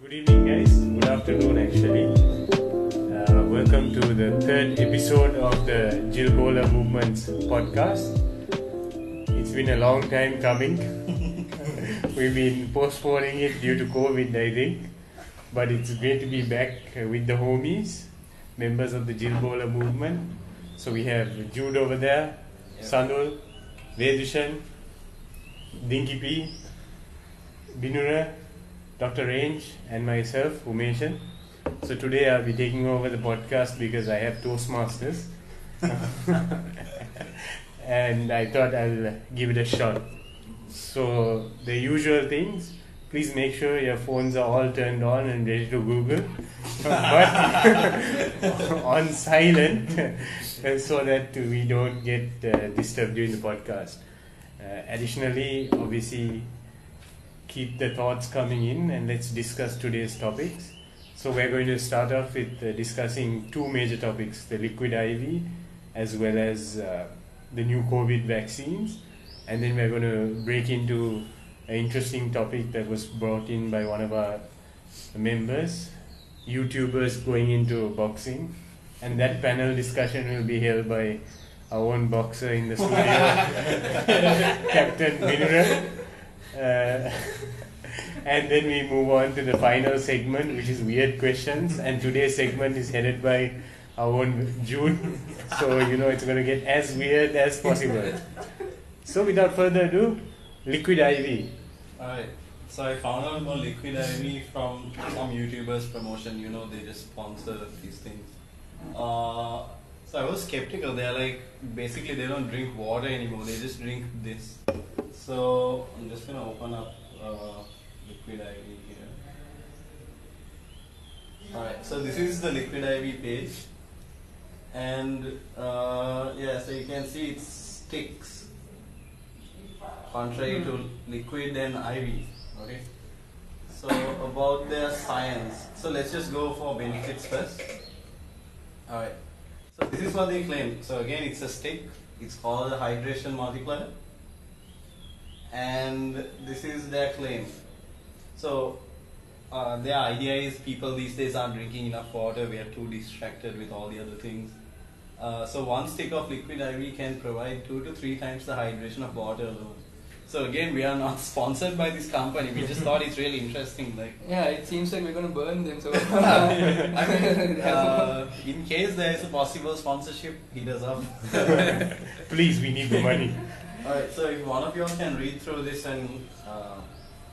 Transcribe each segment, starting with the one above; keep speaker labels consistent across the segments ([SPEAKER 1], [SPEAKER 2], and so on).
[SPEAKER 1] Good evening, guys. Good afternoon, actually. Uh, welcome to the third episode of the Jirgola Movements podcast. It's been a long time coming. We've been postponing it due to COVID, I think. But it's great to be back uh, with the homies, members of the Jirgola movement. So we have Jude over there, Sandul, Vedushan, Dinky P, Binura, Dr. Range, and myself, Umeshan. So today I'll be taking over the podcast because I have Toastmasters. and I thought I'll give it a shot. So, the usual things please make sure your phones are all turned on and ready to Google, but on silent so that we don't get uh, disturbed during the podcast. Uh, additionally, obviously, keep the thoughts coming in and let's discuss today's topics. So, we're going to start off with uh, discussing two major topics the liquid IV as well as uh, the new COVID vaccines. And then we're going to break into an interesting topic that was brought in by one of our members YouTubers going into boxing. And that panel discussion will be held by our own boxer in the studio, Captain Mineral. Uh, and then we move on to the final segment, which is weird questions. And today's segment is headed by our own June. So, you know, it's going to get as weird as possible. So, without further ado, Liquid IV.
[SPEAKER 2] Alright, so I found out about Liquid IV from some YouTubers promotion. You know, they just sponsor these things. Uh, so I was skeptical. They're like, basically, they don't drink water anymore. They just drink this. So I'm just gonna open up uh, Liquid IV here. Alright, so this is the Liquid IV page, and uh, yeah, so you can see it sticks contrary to liquid and IV. Okay. So about their science. So let's just go for benefits first. Alright. So this is what they claim. So again, it's a stick. It's called a hydration multiplier. And this is their claim. So uh, their idea is people these days aren't drinking enough water. We are too distracted with all the other things. Uh, so one stick of liquid IV can provide two to three times the hydration of water alone. So again, we are not sponsored by this company. We just thought it's really interesting. Like
[SPEAKER 3] Yeah, it seems like we're gonna burn them. So
[SPEAKER 2] Uh, I mean, uh, in case there is a possible sponsorship, he does have.
[SPEAKER 1] Please, we need the money.
[SPEAKER 2] Alright, so if one of you all can read through this and uh,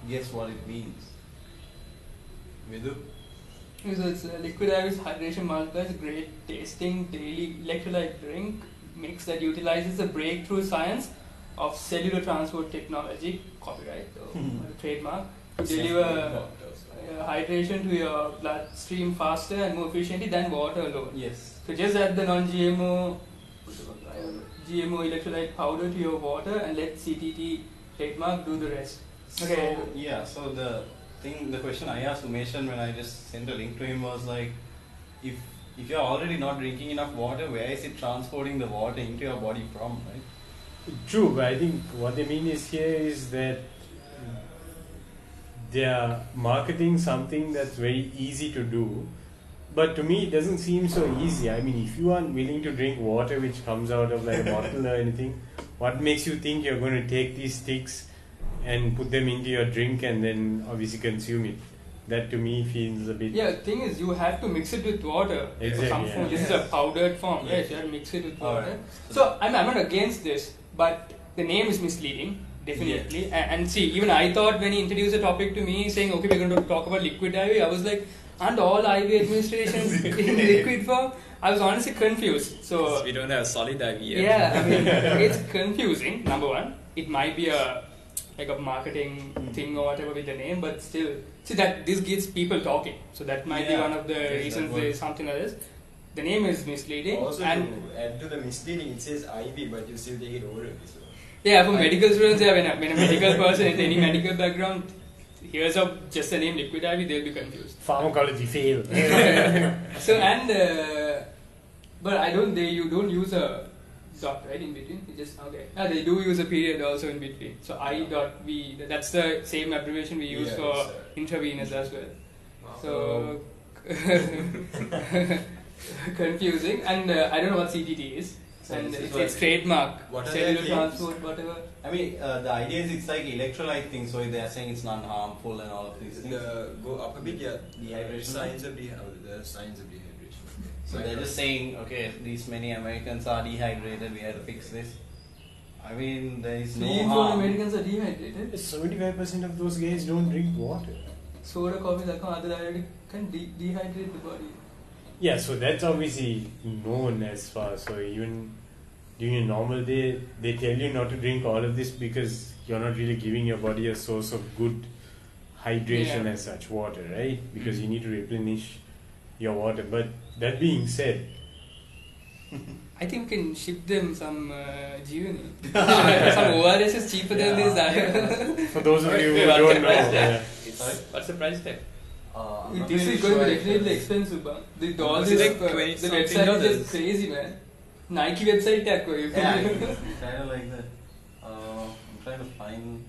[SPEAKER 2] guess what it means. Vidu?
[SPEAKER 3] so it's uh, liquid ivy's hydration multiplier is a great tasting daily electrolyte drink mix that utilizes the breakthrough science of cellular transport technology, copyright or trademark, to deliver uh, hydration to your bloodstream faster and more efficiently than water alone.
[SPEAKER 2] Yes.
[SPEAKER 3] So just add the non-GMO GMO electrolyte powder to your water and let CTT trademark do the rest. Okay.
[SPEAKER 2] So, yeah, so the thing, the question I asked Umeshan when I just sent a link to him was like, if if you're already not drinking enough water, where is it transporting the water into your body from, right?
[SPEAKER 1] True, but I think what they mean is here is that they are marketing something that's very easy to do. But to me, it doesn't seem so easy. I mean, if you aren't willing to drink water which comes out of like a bottle or anything, what makes you think you're going to take these sticks and put them into your drink and then obviously consume it? That to me feels a bit.
[SPEAKER 3] Yeah, thing is, you have to mix it with water.
[SPEAKER 1] Exactly,
[SPEAKER 3] Some
[SPEAKER 1] yeah.
[SPEAKER 3] form. This is a
[SPEAKER 2] Yes.
[SPEAKER 3] powdered form,
[SPEAKER 2] Yes.
[SPEAKER 3] right? You have to mix it with
[SPEAKER 2] All
[SPEAKER 3] water.
[SPEAKER 2] right.
[SPEAKER 3] So I'm, I'm not against this, but the name is misleading, definitely. A- And, see, even I thought when he introduced the topic to me, saying, "Okay, we're going to talk about liquid IV," I was like, "Aren't all IV administrations in liquid form?" I was honestly confused. So
[SPEAKER 4] we don't have solid IV. yet.
[SPEAKER 3] yeah, I mean, it's confusing. Number one, it might be a like a marketing thing or whatever with the name, but still, see that this gets people talking. So that might be
[SPEAKER 2] Yeah,
[SPEAKER 3] one of the
[SPEAKER 2] yes, that
[SPEAKER 3] reasons
[SPEAKER 2] works.
[SPEAKER 3] there's something like this. The name is misleading,
[SPEAKER 2] Oh,
[SPEAKER 5] Also,
[SPEAKER 3] and
[SPEAKER 5] to add to the misleading, it says IV, but you still take it orally. So.
[SPEAKER 3] yeah, for medical students, yeah, when a, when a medical person with any medical background hears of just the name liquid IV, they'll be confused.
[SPEAKER 1] Pharmacology fail.
[SPEAKER 3] so and uh, but I don't they you don't use a dot right in between you just okay Ah, they do use a period also in between so I dot V that's the same abbreviation we use
[SPEAKER 5] Yeah,
[SPEAKER 3] for
[SPEAKER 5] it's, uh,
[SPEAKER 3] intravenous as well So confusing, and uh, I don't know what CTT is,
[SPEAKER 2] So
[SPEAKER 3] and
[SPEAKER 2] this is
[SPEAKER 3] it's,
[SPEAKER 2] what-
[SPEAKER 3] it's trademark.
[SPEAKER 5] What are
[SPEAKER 3] cellular
[SPEAKER 5] their claims?
[SPEAKER 3] transport, whatever.
[SPEAKER 2] I mean, uh, the idea is it's like electrolyte thing, so they are saying it's non-harmful and all of these things.
[SPEAKER 5] The go up a bit, yeah.
[SPEAKER 2] Dehydration.
[SPEAKER 5] Signs of dehydration. The signs of dehydration.
[SPEAKER 2] So they're just saying, okay, these many Americans are dehydrated. We have to fix this. I mean, there is
[SPEAKER 3] Three
[SPEAKER 2] no
[SPEAKER 3] in four
[SPEAKER 2] harm.
[SPEAKER 3] Americans are dehydrated.
[SPEAKER 1] 75% of those guys don't drink water.
[SPEAKER 3] Soda, coffee, alcohol, other diuretic can de- dehydrate the body.
[SPEAKER 1] Yeah, so that's obviously known as far. So even during a normal day, they tell you not to drink all of this because you're not really giving your body a source of good hydration
[SPEAKER 3] Yeah.
[SPEAKER 1] as such, water, right? Because you need to replenish your water. But that being said,
[SPEAKER 3] I think we can ship them some uh, Jivani. some ORS is cheaper than this. diet.
[SPEAKER 1] for those of you who
[SPEAKER 4] Wait, what's the
[SPEAKER 1] don't know,
[SPEAKER 4] price
[SPEAKER 1] yeah.
[SPEAKER 4] tag? It's- What's the price tag?
[SPEAKER 2] Uh, I'm not
[SPEAKER 3] this
[SPEAKER 2] really
[SPEAKER 3] is going to
[SPEAKER 2] sure
[SPEAKER 3] be
[SPEAKER 2] if
[SPEAKER 3] definitely
[SPEAKER 2] it's-
[SPEAKER 3] expensive, but the
[SPEAKER 4] It
[SPEAKER 3] dolls
[SPEAKER 4] was
[SPEAKER 3] is
[SPEAKER 4] like
[SPEAKER 3] uh, the
[SPEAKER 4] 20
[SPEAKER 3] website
[SPEAKER 4] something
[SPEAKER 3] is
[SPEAKER 4] dollars.
[SPEAKER 3] just crazy, man. Nike website tag ko. you
[SPEAKER 2] Yeah,
[SPEAKER 3] can-
[SPEAKER 2] kind of like that. Uh, I'm trying to find.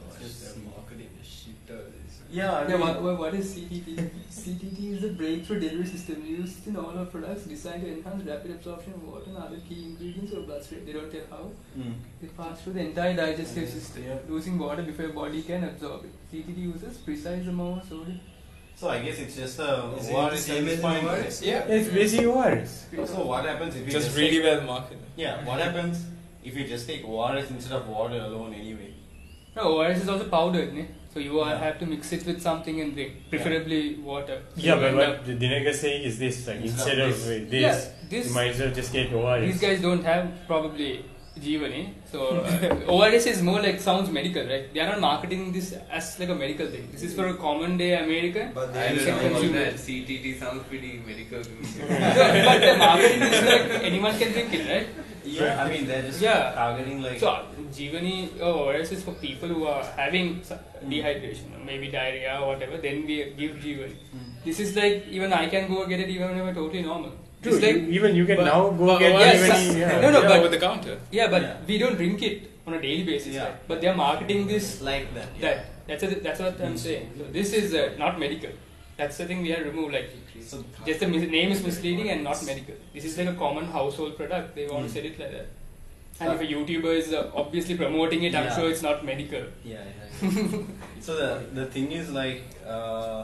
[SPEAKER 5] Oh, It's just the marketing, the shit out of this.
[SPEAKER 2] Yeah, I
[SPEAKER 3] Yeah,
[SPEAKER 2] mean,
[SPEAKER 3] what, what- what is CTT? CTT is the breakthrough delivery system used in all our products designed to enhance rapid absorption of water and other key ingredients of bloodstream. They don't tell how.
[SPEAKER 2] Mm.
[SPEAKER 3] They pass through the entire digestive
[SPEAKER 2] Yeah,
[SPEAKER 3] system,
[SPEAKER 2] yeah.
[SPEAKER 3] losing water before your body can absorb it. CTT uses precise amount of sodium.
[SPEAKER 2] So I guess it's just a
[SPEAKER 5] Is it
[SPEAKER 2] what
[SPEAKER 5] the
[SPEAKER 2] is
[SPEAKER 5] same
[SPEAKER 2] this
[SPEAKER 5] as the
[SPEAKER 2] point?
[SPEAKER 5] virus?
[SPEAKER 4] Yeah.
[SPEAKER 1] It's basically worse.
[SPEAKER 2] So what happens if you
[SPEAKER 4] Just
[SPEAKER 2] take-
[SPEAKER 4] really well marketed.
[SPEAKER 2] Yeah, what happens if you just take ORS instead of water alone anyway?
[SPEAKER 3] No, ORS is also powdered, ne? so you all
[SPEAKER 2] Yeah.
[SPEAKER 3] have to mix it with something and drink, preferably water. So
[SPEAKER 1] Yeah,
[SPEAKER 3] you
[SPEAKER 1] but
[SPEAKER 3] end
[SPEAKER 1] what
[SPEAKER 3] up-
[SPEAKER 1] Dinek is saying is this like
[SPEAKER 2] It's
[SPEAKER 1] instead
[SPEAKER 2] not
[SPEAKER 1] of
[SPEAKER 2] this.
[SPEAKER 1] uh, this,
[SPEAKER 3] Yeah, this-
[SPEAKER 1] you might as well just get ORS.
[SPEAKER 3] uh, These guys don't have probably Jeevani. So uh, ORS is more like sounds medical, right? They are not marketing this as like a medical thing. This is for a common day American.
[SPEAKER 5] But
[SPEAKER 4] I
[SPEAKER 5] they
[SPEAKER 3] you
[SPEAKER 4] don't
[SPEAKER 3] can
[SPEAKER 4] know about
[SPEAKER 3] consume
[SPEAKER 4] that.
[SPEAKER 3] it.
[SPEAKER 4] CTT sounds pretty medical to me.
[SPEAKER 3] but the marketing is like anyone can drink it, right?
[SPEAKER 2] Yeah, I mean they're just
[SPEAKER 3] Yeah.
[SPEAKER 2] targeting like
[SPEAKER 3] So Jeevani or ORS is for people who are having s-
[SPEAKER 2] Hmm.
[SPEAKER 3] dehydration, or maybe diarrhea or whatever. Then we give Jeevani.
[SPEAKER 2] Hmm.
[SPEAKER 3] This is like even I can go get it even when I'm totally normal.
[SPEAKER 1] Dude,
[SPEAKER 3] it's like
[SPEAKER 1] you- even you can
[SPEAKER 4] But-
[SPEAKER 1] now go
[SPEAKER 4] but
[SPEAKER 1] get
[SPEAKER 4] ORS
[SPEAKER 1] even, yeah.
[SPEAKER 3] No, no,
[SPEAKER 4] yeah,
[SPEAKER 3] but-
[SPEAKER 4] over the counter.
[SPEAKER 3] yeah, but
[SPEAKER 2] Yeah.
[SPEAKER 3] we don't drink it on a daily basis.
[SPEAKER 2] Yeah.
[SPEAKER 3] Right? But they are marketing this
[SPEAKER 2] like that. Yeah. Hmm.
[SPEAKER 3] That that's a, that's what I'm saying. So this is uh, not medical. That's the thing we have removed. Like
[SPEAKER 2] So
[SPEAKER 3] just the mis- name is misleading and not medical. This is like a common household product. They
[SPEAKER 2] Hmm.
[SPEAKER 3] want to sell it like that. And if a YouTuber is uh, obviously promoting it, I'm
[SPEAKER 2] Yeah.
[SPEAKER 3] sure it's not medical.
[SPEAKER 2] yeah, yeah, yeah. so the the thing is like uh,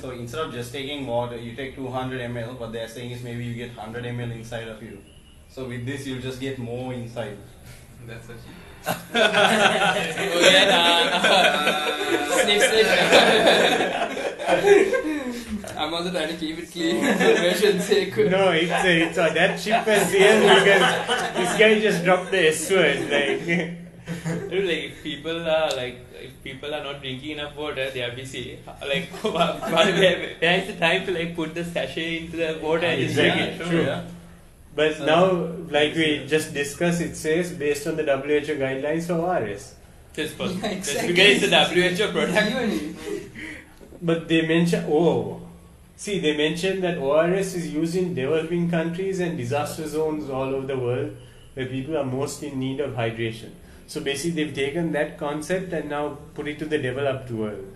[SPEAKER 2] so instead of just taking water, you take 200 ml, but they're saying is maybe you get 100 ml inside of you. So with this, you'll just get more inside.
[SPEAKER 4] That's what she
[SPEAKER 3] oh yeah, nah. Snip, snip. I'm also trying to keep it clean for version's sake.
[SPEAKER 1] No, it's a, it's a, that chip has real because this guy just dropped the S word. Like,
[SPEAKER 4] Dude, like if people are like if people are not drinking enough water, they are busy. Like why why they have- where is the time to like put the sachet into the water and just drink
[SPEAKER 1] Exactly,
[SPEAKER 4] it?
[SPEAKER 1] true.
[SPEAKER 2] Yeah.
[SPEAKER 1] but
[SPEAKER 2] So-
[SPEAKER 1] now, like we just discussed, it says based on the WHO guidelines for RS.
[SPEAKER 4] Just for just
[SPEAKER 3] Yeah, exactly.
[SPEAKER 4] because it's a WHO product.
[SPEAKER 3] Even-
[SPEAKER 1] But they mention oh, see they mentioned that ORS is used in developing countries and disaster zones all over the world where people are most in need of hydration. So basically, they've taken that concept and now put it to the developed world.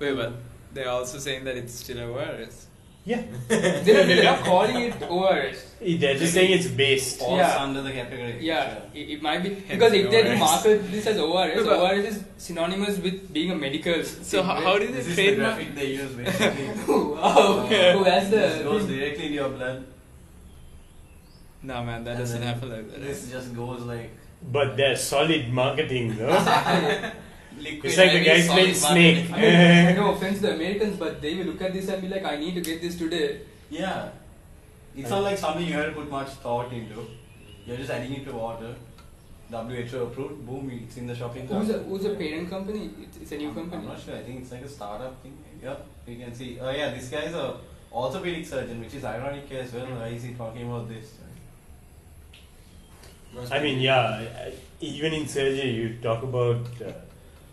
[SPEAKER 4] Wait, but they're also saying that it's still a virus.
[SPEAKER 1] Yeah,
[SPEAKER 3] They're, they're not calling it ORS.
[SPEAKER 1] they're just saying it's based.
[SPEAKER 2] Falls
[SPEAKER 3] Yeah.
[SPEAKER 2] under the category.
[SPEAKER 3] Yeah, it, it might be because
[SPEAKER 4] Hence
[SPEAKER 3] if they do
[SPEAKER 4] ORS.
[SPEAKER 3] market this as ORS,
[SPEAKER 4] No, but-
[SPEAKER 3] ORS is synonymous with being a medical.
[SPEAKER 4] So how, how did
[SPEAKER 2] This
[SPEAKER 4] they
[SPEAKER 2] is the
[SPEAKER 4] trademark?
[SPEAKER 2] graphic they use basically.
[SPEAKER 3] wow,
[SPEAKER 2] Uh,
[SPEAKER 3] who has
[SPEAKER 2] this goes
[SPEAKER 3] Oh, the?
[SPEAKER 2] directly into your blood.
[SPEAKER 4] Nah, man, that
[SPEAKER 2] And
[SPEAKER 4] doesn't
[SPEAKER 2] then
[SPEAKER 4] happen like that.
[SPEAKER 2] This just goes like
[SPEAKER 1] But they're solid marketing, though.
[SPEAKER 2] liquid.
[SPEAKER 1] It's like the
[SPEAKER 2] very
[SPEAKER 1] guy playing
[SPEAKER 2] solid marketing.
[SPEAKER 1] Snake.
[SPEAKER 3] I mean, no offense to the Americans, but they will look at this and be like, "I need to get this today."
[SPEAKER 2] Yeah. It's not like something you haven't put much thought into. You're just adding it to order. WHO approved, boom, it's in the shopping cart.
[SPEAKER 3] Who's a, who's a parent company? It's, it's a new
[SPEAKER 2] I'm-
[SPEAKER 3] company.
[SPEAKER 2] I'm not sure, I think it's like a startup thing. Yep, you can see. Oh yeah, this guy's a orthopedic surgeon, which is ironic as well. Why is he talking about this?
[SPEAKER 5] Must
[SPEAKER 1] I
[SPEAKER 5] be-
[SPEAKER 1] mean, yeah, I- even in surgery, you talk about uh,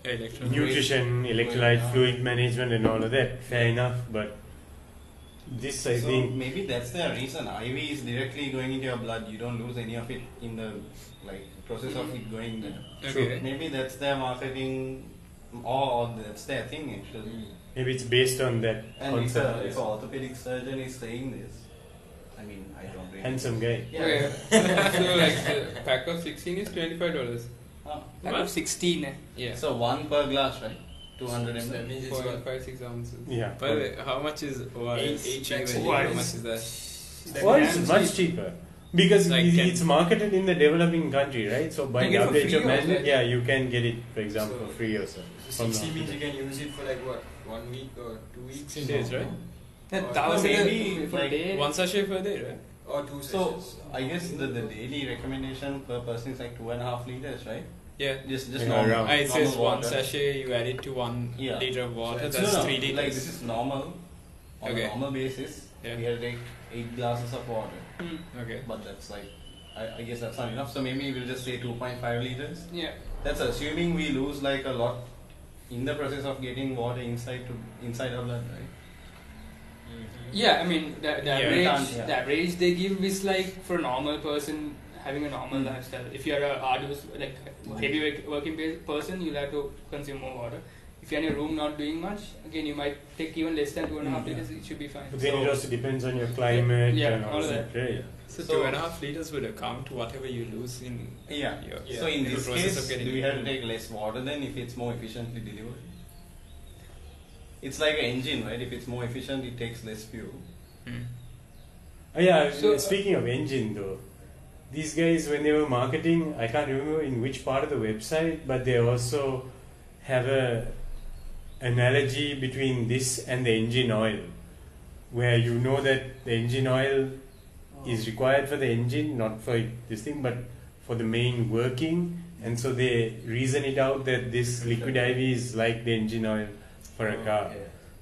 [SPEAKER 4] Electron.
[SPEAKER 1] nutrition, electrolyte, fluid management, and all of that. Fair enough, but this, I
[SPEAKER 2] so
[SPEAKER 1] think,
[SPEAKER 2] maybe that's the reason. IV is directly going into your blood. You don't lose any of it in the like process of it going there.
[SPEAKER 4] Okay.
[SPEAKER 2] Maybe that's their marketing Or that's their thing actually.
[SPEAKER 1] Maybe it's based on that
[SPEAKER 2] And if
[SPEAKER 1] concept.
[SPEAKER 2] a, if an orthopedic surgeon is saying this, I mean, I don't really.
[SPEAKER 1] Handsome guy.
[SPEAKER 2] Yeah.
[SPEAKER 4] Okay. so like the pack of sixteen is twenty five dollars.
[SPEAKER 2] Oh.
[SPEAKER 3] Pack of 16. eh?
[SPEAKER 4] Yeah.
[SPEAKER 2] So one per glass, right? 200
[SPEAKER 5] So that
[SPEAKER 2] ml.
[SPEAKER 5] means it's
[SPEAKER 4] for
[SPEAKER 5] got
[SPEAKER 4] five six ounces.
[SPEAKER 1] Yeah.
[SPEAKER 6] By the way, how much is ORS?
[SPEAKER 5] Eight- eight packs of
[SPEAKER 6] How
[SPEAKER 1] ORS.
[SPEAKER 6] much is that?
[SPEAKER 1] Or it's much cheaper. Because
[SPEAKER 6] Like
[SPEAKER 1] it-
[SPEAKER 6] can-
[SPEAKER 1] it's marketed in the developing country, right? So by
[SPEAKER 6] You get it for
[SPEAKER 1] WHO
[SPEAKER 6] free or
[SPEAKER 1] mandate,
[SPEAKER 6] like-
[SPEAKER 1] yeah, you can get it, for example,
[SPEAKER 5] So-
[SPEAKER 1] free also. From the
[SPEAKER 5] sixty means you can use it for like what one week or two weeks
[SPEAKER 6] Six days, right?
[SPEAKER 3] Yeah,
[SPEAKER 5] Or
[SPEAKER 3] thousand
[SPEAKER 2] maybe,
[SPEAKER 3] for
[SPEAKER 2] like,
[SPEAKER 3] day.
[SPEAKER 6] One sachet per day, right?
[SPEAKER 5] or two
[SPEAKER 2] So
[SPEAKER 5] sessions.
[SPEAKER 2] I guess the, the daily recommendation per person is like two and a half liters, right?
[SPEAKER 6] Yeah.
[SPEAKER 2] Just just
[SPEAKER 1] Yeah,
[SPEAKER 2] normal.
[SPEAKER 1] around.
[SPEAKER 6] Ah, it
[SPEAKER 2] normal
[SPEAKER 6] says one
[SPEAKER 2] water.
[SPEAKER 6] sachet you add it to one
[SPEAKER 2] Yeah.
[SPEAKER 6] liter of water.
[SPEAKER 2] So
[SPEAKER 6] That's
[SPEAKER 2] no, no,
[SPEAKER 6] three
[SPEAKER 2] Like
[SPEAKER 6] liters.
[SPEAKER 2] this is normal. On
[SPEAKER 6] Okay.
[SPEAKER 2] a normal basis,
[SPEAKER 6] Yeah.
[SPEAKER 2] we had like eight glasses of water,
[SPEAKER 3] Mm,
[SPEAKER 6] Okay.
[SPEAKER 2] but that's like, I, I guess that's not enough. So maybe we'll just say 2.5 liters.
[SPEAKER 3] yeah.
[SPEAKER 2] That's assuming we lose like a lot in the process of getting water inside to inside our blood, right?
[SPEAKER 5] Mm-hmm.
[SPEAKER 3] Yeah, I mean the, the
[SPEAKER 6] Yeah.
[SPEAKER 3] average
[SPEAKER 2] Yeah.
[SPEAKER 3] the average they give is like for a normal person having a normal
[SPEAKER 2] Mm.
[SPEAKER 1] Hmm.
[SPEAKER 3] lifestyle. If you are a arduous like heavy work, working pe- person, you'll have to consume more water. If you're in your room not doing much, again you might take even less than two and a
[SPEAKER 2] Mm,
[SPEAKER 3] half
[SPEAKER 2] yeah.
[SPEAKER 3] liters. It should be fine.
[SPEAKER 1] Hmm, But then it also depends on your climate
[SPEAKER 3] Yeah,
[SPEAKER 1] and all,
[SPEAKER 3] all of
[SPEAKER 1] that. right?
[SPEAKER 6] So,
[SPEAKER 2] So-
[SPEAKER 6] two and a half liters would account to whatever you lose in
[SPEAKER 2] Yeah.
[SPEAKER 6] your
[SPEAKER 5] Yeah.
[SPEAKER 2] So in
[SPEAKER 6] the
[SPEAKER 2] this
[SPEAKER 6] process
[SPEAKER 2] case,
[SPEAKER 6] of getting
[SPEAKER 2] do we have to
[SPEAKER 6] it.
[SPEAKER 2] take less water then if it's more efficiently delivered? It's like an engine, right? If it's more efficient, it takes less fuel.
[SPEAKER 6] Hmm.
[SPEAKER 1] Oh, yeah,
[SPEAKER 3] So-
[SPEAKER 1] speaking of engine though, these guys, when they were marketing, I can't remember in which part of the website, but they also have a analogy between this and the engine oil, where you know that the engine oil
[SPEAKER 3] uh,
[SPEAKER 1] is required for the engine, not for this thing, but for the main working. And so they reason it out that this liquid IV is like the engine oil for a car,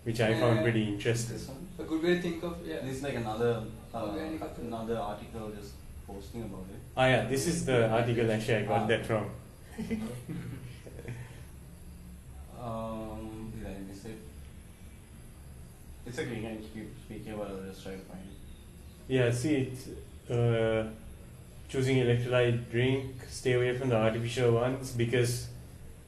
[SPEAKER 1] which I found pretty interesting.
[SPEAKER 2] This one.
[SPEAKER 3] A good way to think of yeah.
[SPEAKER 2] This is like another uh,
[SPEAKER 3] Organic.
[SPEAKER 2] another article just posting about it.
[SPEAKER 1] Ah, yeah, this is the article actually I got that from.
[SPEAKER 2] Um, did I miss it? It's okay. You can keep speaking about it. I'll just try to find it.
[SPEAKER 1] Yeah, see, it's, uh, choosing electrolyte drink, stay away from the artificial ones because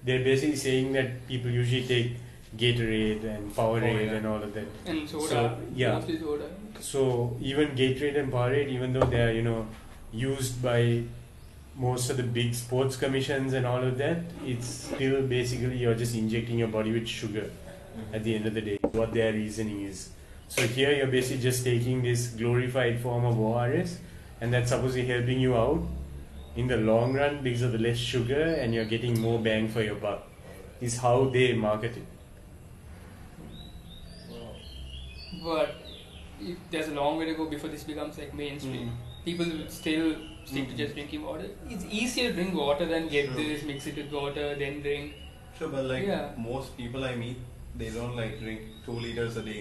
[SPEAKER 1] they're basically saying that people usually take Gatorade and Powerade
[SPEAKER 2] Powerade.
[SPEAKER 1] and all of that.
[SPEAKER 3] And soda,
[SPEAKER 1] So, yeah.
[SPEAKER 3] mostly soda.
[SPEAKER 1] So even Gatorade and Powerade, even though they are you know used by most of the big sports commissions and all of that, it's still basically you're just injecting your body with sugar. At the end of the day, what their reasoning is. So here you're basically just taking this glorified form of ORS, and that's supposedly helping you out in the long run because of the less sugar, and you're getting more bang for your buck. Is how they market it.
[SPEAKER 3] But if there's a long way to go before this becomes like
[SPEAKER 2] Hmm.
[SPEAKER 3] mainstream.
[SPEAKER 1] Hmm.
[SPEAKER 3] People will still stick to
[SPEAKER 2] Mm.
[SPEAKER 3] just drinking water. It's easier to drink water than get
[SPEAKER 2] Sure.
[SPEAKER 3] this, mix it with water, then drink.
[SPEAKER 2] Sure, but like
[SPEAKER 3] Yeah.
[SPEAKER 2] most people I meet, they don't like drink two liters a day.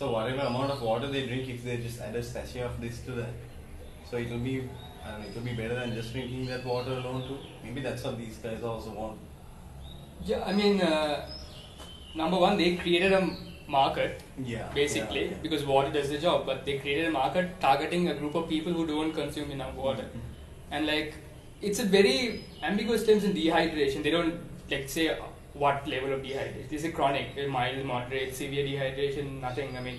[SPEAKER 2] So whatever amount of water they drink, if they just add a sachet of this to that, so it'll be, I don't know, it'll be better than just drinking that water alone too. Maybe that's what these guys also want.
[SPEAKER 3] Yeah, I mean, uh, number one, they created a market
[SPEAKER 2] Yeah.
[SPEAKER 3] basically
[SPEAKER 2] yeah, yeah.
[SPEAKER 3] because water does the job, but they created a market targeting a group of people who don't consume enough water.
[SPEAKER 2] Mm-hmm.
[SPEAKER 3] And like, it's a very ambiguous terms in dehydration. They don't like say what level of dehydration. This is chronic, uh, mild, moderate, severe dehydration, nothing. I mean,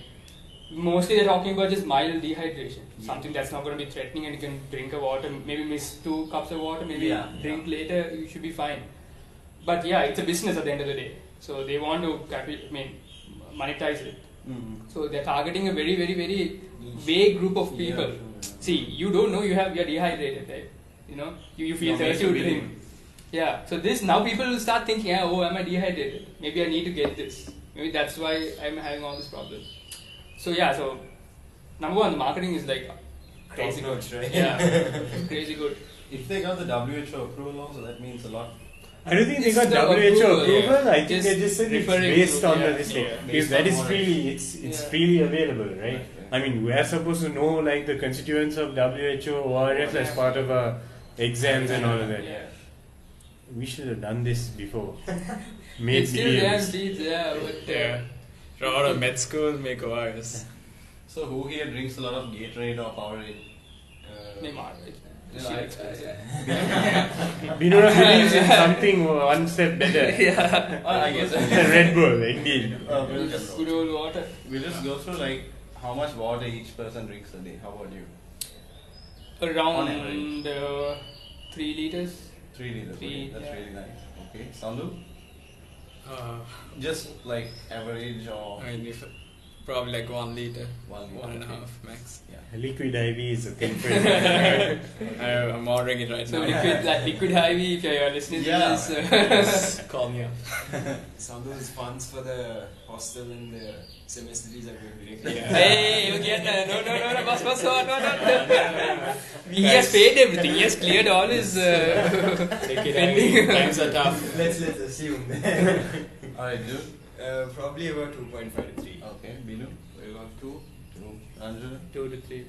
[SPEAKER 3] mostly they're talking about just mild dehydration, something that's not going to be threatening, and you can drink a water, maybe miss two cups of water, maybe
[SPEAKER 2] Yeah,
[SPEAKER 3] drink later, you should be fine. But yeah, it's a business at the end of the day, so they want to capi- I mean, monetize it.
[SPEAKER 2] Mhm.
[SPEAKER 3] So they're targeting a very, very, very
[SPEAKER 5] Niche.
[SPEAKER 3] vague group of
[SPEAKER 2] Yeah,
[SPEAKER 3] people.
[SPEAKER 2] sure, yeah.
[SPEAKER 3] See, you don't know you have you're dehydrated, right? You know, you, you feel
[SPEAKER 2] You're
[SPEAKER 3] thirsty, you
[SPEAKER 2] made to
[SPEAKER 3] drink. Yeah. So this now people will start thinking, "Ah, oh, am I dehydrated? Maybe I need to get this. Maybe that's why I'm having all this problem. So yeah. So number one, the marketing is like crazy good.
[SPEAKER 5] Top-notch, right?
[SPEAKER 3] Yeah, it's crazy good.
[SPEAKER 2] If they got the WHO approval, also that means a lot.
[SPEAKER 1] I don't think
[SPEAKER 3] It's
[SPEAKER 1] they got
[SPEAKER 3] the
[SPEAKER 1] WHO
[SPEAKER 3] approval,
[SPEAKER 1] approval.
[SPEAKER 3] yeah.
[SPEAKER 1] I think
[SPEAKER 3] Just
[SPEAKER 1] they just said it's
[SPEAKER 3] referring
[SPEAKER 1] based
[SPEAKER 3] to-
[SPEAKER 1] on
[SPEAKER 3] yeah,
[SPEAKER 1] the this thing.
[SPEAKER 2] yeah.
[SPEAKER 1] Because
[SPEAKER 2] Based
[SPEAKER 1] that
[SPEAKER 2] on
[SPEAKER 1] is
[SPEAKER 2] what
[SPEAKER 1] freely, it's it's
[SPEAKER 3] Yeah.
[SPEAKER 1] freely available, right?
[SPEAKER 2] Right, right.
[SPEAKER 1] I mean, we are supposed to know like the constituents of WHO or RF as
[SPEAKER 3] Yeah.
[SPEAKER 1] part of our exams and all of that.
[SPEAKER 3] Yeah.
[SPEAKER 1] We should have done this before. Made
[SPEAKER 3] It's still there,
[SPEAKER 1] millions.
[SPEAKER 3] seeds, yeah, but uh,
[SPEAKER 6] Yeah. Or a med school make ORS.
[SPEAKER 2] So who here drinks a lot of Gatorade or Powerade? Uh,
[SPEAKER 3] they market.
[SPEAKER 2] You know, I- I-
[SPEAKER 1] Binod believes in something one step better.
[SPEAKER 4] yeah.
[SPEAKER 2] Well, I guess
[SPEAKER 1] Red Bull, indeed.
[SPEAKER 2] uh, we'll just
[SPEAKER 3] Good old water.
[SPEAKER 2] we'll just go through like how much water each person drinks a day. How about you? On
[SPEAKER 3] Around
[SPEAKER 2] average.
[SPEAKER 3] uh, 3 liters.
[SPEAKER 2] Three liters.
[SPEAKER 3] Three,
[SPEAKER 2] okay, that's
[SPEAKER 3] yeah.
[SPEAKER 2] really nice. Okay, Sandu,
[SPEAKER 6] Uh,
[SPEAKER 2] just like average or
[SPEAKER 6] I mean, if, probably like one liter,
[SPEAKER 2] one liter.
[SPEAKER 6] one and a
[SPEAKER 2] okay.
[SPEAKER 6] half max.
[SPEAKER 1] Liquid IV is a thing for everyone.
[SPEAKER 6] I, Uh, I'm ordering it right
[SPEAKER 3] So
[SPEAKER 6] now.
[SPEAKER 3] liquid, like liquid highway, if you're listening
[SPEAKER 2] Yeah.
[SPEAKER 3] to this. uh,
[SPEAKER 6] Just Call me up.
[SPEAKER 5] Some of those funds for the hostel and the semester fees are going directly.
[SPEAKER 6] Yeah.
[SPEAKER 3] hey, you get uh, no, no, no, no, boss, boss, no, no, no. he has paid everything. He has cleared all his. Uh,
[SPEAKER 6] Take it
[SPEAKER 3] Pending.
[SPEAKER 6] Ivy. Times are tough.
[SPEAKER 5] Let's let's assume.
[SPEAKER 2] All right, dude.
[SPEAKER 5] uh, probably about two point five to three.
[SPEAKER 2] Okay, Binu. We have two. Two. Anjana.
[SPEAKER 4] Two to three.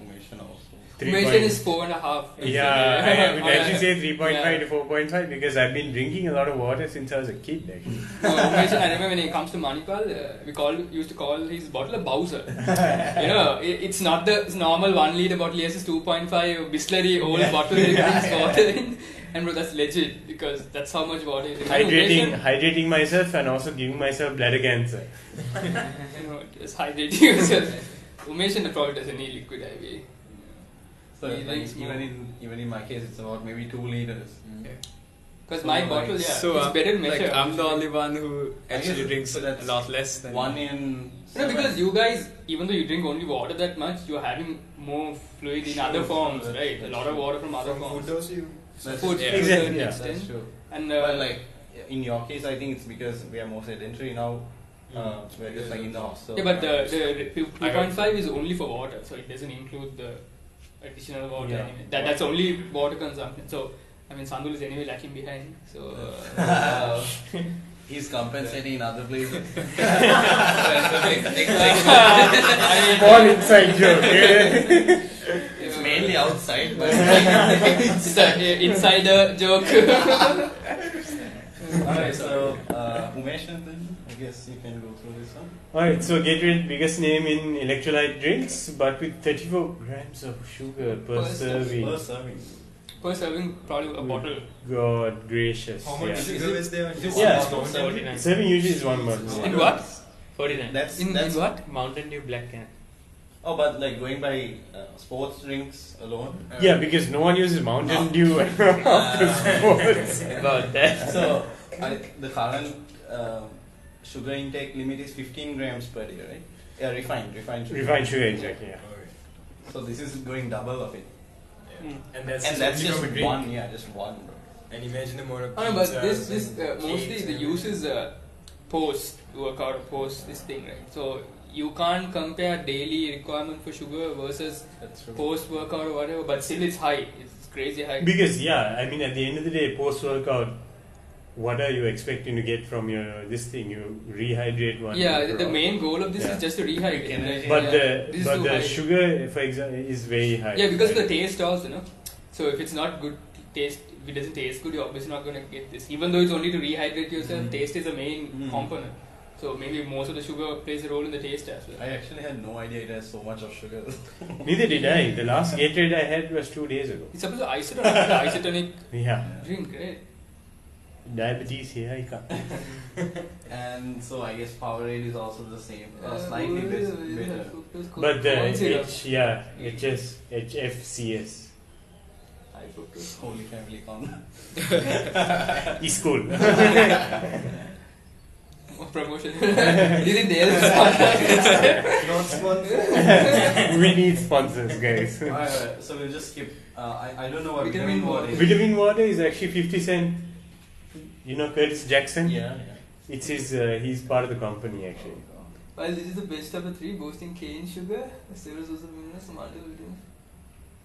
[SPEAKER 2] Umesh also.
[SPEAKER 1] Three
[SPEAKER 3] Mention
[SPEAKER 1] point-
[SPEAKER 3] is four and a half.
[SPEAKER 1] Yeah, I would actually say 3.5
[SPEAKER 3] Yeah.
[SPEAKER 1] to 4.5 because I've been drinking a lot of water since I was a kid. Actually.
[SPEAKER 3] No, Umesh, I remember Uh, when he comes to Manipal, uh, we call used to call his bottle a Bowser. you know, it, it's not the it's normal one liter bottle. He has his two point five Bisleri old bottle. He brings water in, and bro, that's legit because that's how much water. Is in.
[SPEAKER 1] hydrating, hydrating myself and also giving myself bladder cancer.
[SPEAKER 3] You know, just hydrating yourself. Umesh and probably doesn't need liquid IV.
[SPEAKER 2] So
[SPEAKER 3] He
[SPEAKER 2] like,
[SPEAKER 3] drinks more. Mm.
[SPEAKER 2] even in even in my case, it's about maybe two liters.
[SPEAKER 3] Because my
[SPEAKER 2] So,
[SPEAKER 3] bottle, yeah,
[SPEAKER 6] So
[SPEAKER 3] it's
[SPEAKER 6] uh,
[SPEAKER 3] better measure.
[SPEAKER 6] Like I'm the only one who
[SPEAKER 2] I
[SPEAKER 6] actually
[SPEAKER 2] guess
[SPEAKER 6] drinks
[SPEAKER 2] so
[SPEAKER 6] a
[SPEAKER 2] that's
[SPEAKER 6] lot less than
[SPEAKER 2] One in.
[SPEAKER 3] No,
[SPEAKER 2] seven.
[SPEAKER 3] because you guys, even though you drink only water that much, you're having more fluid in
[SPEAKER 2] Sure,
[SPEAKER 3] other forms,
[SPEAKER 2] that's-
[SPEAKER 3] right? A
[SPEAKER 2] that's
[SPEAKER 3] lot of
[SPEAKER 2] true.
[SPEAKER 3] water from other
[SPEAKER 5] From
[SPEAKER 3] forms.
[SPEAKER 5] food also you
[SPEAKER 2] That's
[SPEAKER 3] Food,
[SPEAKER 6] yeah.
[SPEAKER 3] to a
[SPEAKER 1] Exactly,
[SPEAKER 3] certain
[SPEAKER 1] yeah.
[SPEAKER 3] extent.
[SPEAKER 2] That's true.
[SPEAKER 3] And uh,
[SPEAKER 2] But like in your case, I think it's because we are more sedentary now. Uh, we're just like in the hostel.
[SPEAKER 3] Mm. yeah, but
[SPEAKER 2] uh,
[SPEAKER 3] the, the two
[SPEAKER 6] I got-
[SPEAKER 3] point five is only for water, so it doesn't include the additional water.
[SPEAKER 1] Yeah.
[SPEAKER 3] Anyway. That that's only water consumption. So I mean, Sandul is anyway lacking behind. So uh,
[SPEAKER 2] he's compensating in other places.
[SPEAKER 3] I mean,
[SPEAKER 1] All inside joke. yeah.
[SPEAKER 2] it's mainly outside, but
[SPEAKER 3] it's an insider joke.
[SPEAKER 2] alright. So uh, Umesh, and then I guess you can go through this one.
[SPEAKER 1] Alright, so Gatorade biggest name in electrolyte drinks, but with 34 grams of sugar per
[SPEAKER 3] Per
[SPEAKER 1] serving.
[SPEAKER 2] First serving.
[SPEAKER 3] First serving, probably a
[SPEAKER 4] Mm.
[SPEAKER 3] bottle.
[SPEAKER 1] God gracious. yeah.
[SPEAKER 5] sugar is there on
[SPEAKER 2] Just
[SPEAKER 5] your-
[SPEAKER 1] Yeah.
[SPEAKER 2] one bottle.
[SPEAKER 4] Forty-nine.
[SPEAKER 1] Serving usually is one bottle.
[SPEAKER 3] In what?
[SPEAKER 4] Forty-nine.
[SPEAKER 2] That's
[SPEAKER 3] In, in
[SPEAKER 2] that's.
[SPEAKER 3] what?
[SPEAKER 4] Mountain Dew black can.
[SPEAKER 2] Oh, but like going by uh, sports drinks alone.
[SPEAKER 1] Yeah, because no one uses
[SPEAKER 3] Ah.
[SPEAKER 1] Mountain Dew after sports.
[SPEAKER 4] About that.
[SPEAKER 2] So I, the current um sugar intake limit is 15 grams per day, right? Yeah, refined, refined sugar.
[SPEAKER 1] Refined sugar, exactly. Yeah.
[SPEAKER 2] So this is going double of it.
[SPEAKER 3] Hmm.
[SPEAKER 5] And that's
[SPEAKER 2] and that's
[SPEAKER 5] only
[SPEAKER 2] just
[SPEAKER 5] from a drink.
[SPEAKER 2] one, yeah, just one, bro.
[SPEAKER 5] And imagine the amount of
[SPEAKER 3] Oh, no, but
[SPEAKER 5] pizzas
[SPEAKER 3] this this
[SPEAKER 5] and
[SPEAKER 3] uh, mostly
[SPEAKER 5] cakes
[SPEAKER 3] the
[SPEAKER 5] and
[SPEAKER 3] use is uh, post workout, post this thing, right? So you can't compare daily requirement for sugar versus
[SPEAKER 2] That's true.
[SPEAKER 3] post workout or whatever. But still, it's high. It's crazy high.
[SPEAKER 1] Because yeah, I mean, at the end of the day, post workout, what are you expecting to get from your this thing? You rehydrate one.
[SPEAKER 3] yeah, the,
[SPEAKER 1] overall.
[SPEAKER 3] the main goal of this
[SPEAKER 1] Yeah.
[SPEAKER 3] is just to rehydrate.
[SPEAKER 2] Energy.
[SPEAKER 1] But
[SPEAKER 3] yeah.
[SPEAKER 1] the
[SPEAKER 3] This is
[SPEAKER 1] but
[SPEAKER 3] too
[SPEAKER 1] the
[SPEAKER 3] high.
[SPEAKER 1] sugar, for example, is very high.
[SPEAKER 3] yeah, because of the
[SPEAKER 1] Right?
[SPEAKER 3] taste also, no. So if it's not good taste, if it doesn't taste good, you're obviously not gonna get this. Even though it's only to rehydrate yourself, taste is the main
[SPEAKER 2] Mhm.
[SPEAKER 3] component. So maybe most of the sugar plays a role in the taste as well.
[SPEAKER 2] I actually had no idea it has so much of sugar.
[SPEAKER 1] Neither did I. The last Gatorade I had was two days ago.
[SPEAKER 3] It's supposed to isotonic, isotonic
[SPEAKER 1] Yeah,
[SPEAKER 3] drink, right?
[SPEAKER 1] diabetes here I come.
[SPEAKER 2] and so I guess Powerade is also the same, or Uh, slightly
[SPEAKER 3] Uh,
[SPEAKER 2] bes- better.
[SPEAKER 1] But the
[SPEAKER 3] Corn syrup.
[SPEAKER 1] H, yeah, HS, HFCS
[SPEAKER 2] High fructose. Holy family con.
[SPEAKER 1] is cool.
[SPEAKER 3] Oh, promotion. you think they are
[SPEAKER 5] Not sponsored.
[SPEAKER 1] we need sponsors, guys.
[SPEAKER 2] Alright, so we'll just skip. Uh, I, I don't know what
[SPEAKER 3] Vitamin
[SPEAKER 2] vitamin water
[SPEAKER 3] water.
[SPEAKER 2] is.
[SPEAKER 1] Vitamin water is actually 50 cent. You know Curtis Jackson?
[SPEAKER 2] Yeah, yeah.
[SPEAKER 1] It's his, uh, he's part of the company actually.
[SPEAKER 3] Well, this is the best of the three, boasting cane sugar, several sources of minerals, and multivitamins,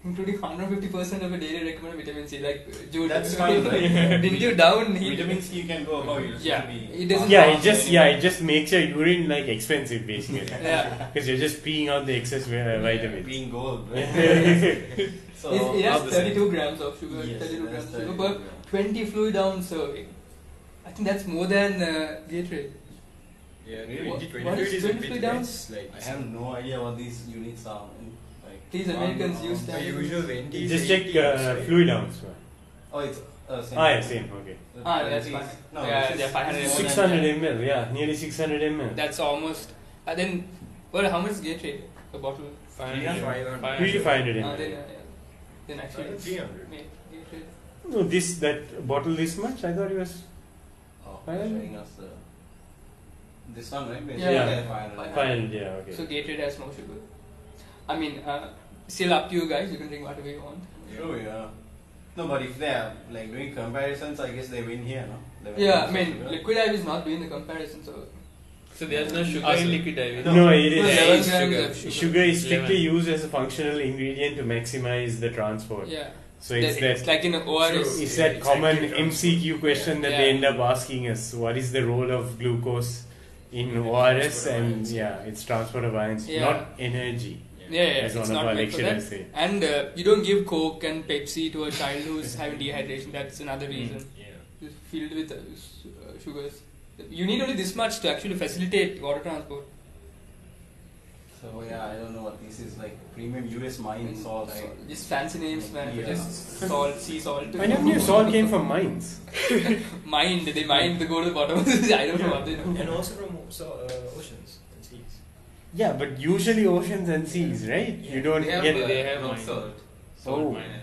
[SPEAKER 3] including 150% of a daily recommended vitamin C. Like, uh, Jude,
[SPEAKER 2] That's fine, right?
[SPEAKER 3] Didn't you down? he-
[SPEAKER 2] Vitamin C you can go above. You just
[SPEAKER 3] Yeah,
[SPEAKER 2] need to be
[SPEAKER 3] it doesn't-
[SPEAKER 1] Yeah, it just, yeah, it just makes your urine like expensive basically.
[SPEAKER 3] Yeah.
[SPEAKER 1] Because you're just peeing out the excess vi- uh, vitamins.
[SPEAKER 2] Being gold. so
[SPEAKER 3] It's- it has
[SPEAKER 2] how the
[SPEAKER 3] 32 grams of sugar,
[SPEAKER 2] Yes,
[SPEAKER 3] 32
[SPEAKER 2] it has
[SPEAKER 3] grams of
[SPEAKER 2] 32
[SPEAKER 3] sugar per 20 fluid ounce serving. I think that's more than uh, Gatorade.
[SPEAKER 5] Yeah,
[SPEAKER 2] Really?
[SPEAKER 5] really?
[SPEAKER 3] What-
[SPEAKER 5] 20
[SPEAKER 3] what is
[SPEAKER 5] is a
[SPEAKER 3] 20
[SPEAKER 5] bit
[SPEAKER 3] down?
[SPEAKER 5] less, like
[SPEAKER 2] I have no idea what these units are. Like
[SPEAKER 3] These Americans use
[SPEAKER 6] the
[SPEAKER 3] them.
[SPEAKER 6] usual NDs.
[SPEAKER 1] Just check uh, fluid ounce. man.
[SPEAKER 2] Oh, it's uh, same.
[SPEAKER 1] Ah, yeah, same. Okay.
[SPEAKER 5] Uh,
[SPEAKER 3] Ah, that's fine.
[SPEAKER 2] No,
[SPEAKER 3] Yeah,
[SPEAKER 2] this
[SPEAKER 3] they're
[SPEAKER 2] is-
[SPEAKER 3] 500
[SPEAKER 2] this is
[SPEAKER 1] 600 ml. Yeah, nearly 600 ml.
[SPEAKER 3] That's almost. And then, well, how much gate rate? A bottle.
[SPEAKER 1] Usually 500
[SPEAKER 3] Ah, then,
[SPEAKER 1] ml.
[SPEAKER 3] yeah, yeah. then
[SPEAKER 5] Uh,
[SPEAKER 3] actually, it's
[SPEAKER 5] 300.
[SPEAKER 3] ma- gate rate.
[SPEAKER 1] No, this that bottle this much. I thought it was
[SPEAKER 2] Oh,
[SPEAKER 1] Five hundred?
[SPEAKER 2] showing us the this one, right?
[SPEAKER 3] Yeah.
[SPEAKER 1] Yeah.
[SPEAKER 2] 500.
[SPEAKER 1] 500. Yeah, okay.
[SPEAKER 3] So gate rate has no sugar. I mean, uh, still up to you guys. You can drink whatever you want.
[SPEAKER 2] True, yeah. No, but if they are like doing comparisons, I guess they win here, no? They win
[SPEAKER 3] Yeah, I
[SPEAKER 2] here,
[SPEAKER 3] mean,
[SPEAKER 2] so-
[SPEAKER 3] liquid IV is not doing the comparison, so
[SPEAKER 4] So there's no sugar
[SPEAKER 6] Awesome.
[SPEAKER 4] in liquid IV.
[SPEAKER 1] No, it
[SPEAKER 3] Well,
[SPEAKER 1] is.
[SPEAKER 3] seven
[SPEAKER 6] it's
[SPEAKER 3] grams
[SPEAKER 6] sugar.
[SPEAKER 3] of sugar.
[SPEAKER 1] Sugar is strictly
[SPEAKER 4] Lemon.
[SPEAKER 1] used as a functional ingredient to maximize the transport.
[SPEAKER 3] Yeah,
[SPEAKER 1] So it's
[SPEAKER 3] That-
[SPEAKER 1] that
[SPEAKER 3] like in ORS.
[SPEAKER 1] it's
[SPEAKER 6] Yeah,
[SPEAKER 1] that
[SPEAKER 6] it's
[SPEAKER 1] common
[SPEAKER 6] active
[SPEAKER 1] MCQ question that
[SPEAKER 3] Yeah.
[SPEAKER 1] they end up asking us: What is the role of glucose in
[SPEAKER 3] Mm-hmm.
[SPEAKER 1] ORS?
[SPEAKER 6] transport of
[SPEAKER 1] And
[SPEAKER 6] ions.
[SPEAKER 1] yeah, it's transport of ions,
[SPEAKER 3] Yeah.
[SPEAKER 1] not energy.
[SPEAKER 3] Yeah, yeah,
[SPEAKER 1] as
[SPEAKER 3] it's
[SPEAKER 1] one of
[SPEAKER 3] not
[SPEAKER 1] our
[SPEAKER 3] meant for
[SPEAKER 1] lecturers
[SPEAKER 3] that.
[SPEAKER 1] say.
[SPEAKER 3] And uh, you don't give Coke and Pepsi to a child who's having dehydration. That's another
[SPEAKER 1] Hmm.
[SPEAKER 3] reason. It's filled with uh, s- uh, sugars. You need only this much to actually facilitate water transport.
[SPEAKER 2] So yeah, I don't know what this is like. Premium US mine salt.
[SPEAKER 3] So,
[SPEAKER 2] right?
[SPEAKER 3] just fancy names, man.
[SPEAKER 2] Yeah.
[SPEAKER 3] Just salt, sea salt.
[SPEAKER 1] I never knew salt came from mines.
[SPEAKER 3] Mine. They mine. They go to the bottom. I don't know what they do.
[SPEAKER 5] And also from so, uh, oceans and seas.
[SPEAKER 1] Yeah, but usually oceans and seas, right? You don't
[SPEAKER 4] They have,
[SPEAKER 1] get.
[SPEAKER 4] uh, they have
[SPEAKER 6] no
[SPEAKER 4] mine.
[SPEAKER 6] salt.
[SPEAKER 1] Oh.
[SPEAKER 4] Salt mine.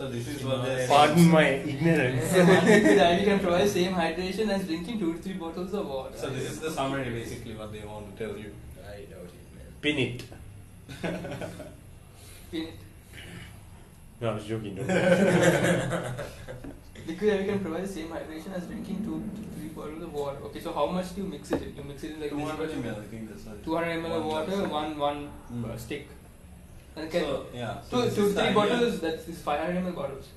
[SPEAKER 2] So this is what they.
[SPEAKER 1] Pardon my ignorance.
[SPEAKER 3] Liquid IV can provide same hydration as drinking two to three bottles of water.
[SPEAKER 2] So this is the summary basically what they want to tell you.
[SPEAKER 5] I doubt it, man.
[SPEAKER 1] Pin it.
[SPEAKER 3] Pin it.
[SPEAKER 1] No, I was joking. Don't.
[SPEAKER 3] Liquid IV can provide same hydration as drinking two to three bottles of water. Okay, so how much do you mix it in? You mix it in like
[SPEAKER 2] 200
[SPEAKER 3] this
[SPEAKER 2] ml, I think that's what.
[SPEAKER 3] 200 ml of water, one one
[SPEAKER 2] Mm.
[SPEAKER 3] uh, stick. And can,
[SPEAKER 2] So yeah. So
[SPEAKER 3] two,
[SPEAKER 2] this
[SPEAKER 3] two
[SPEAKER 2] is the
[SPEAKER 3] three
[SPEAKER 2] idea.
[SPEAKER 3] bottles. That's this 500 ml bottles.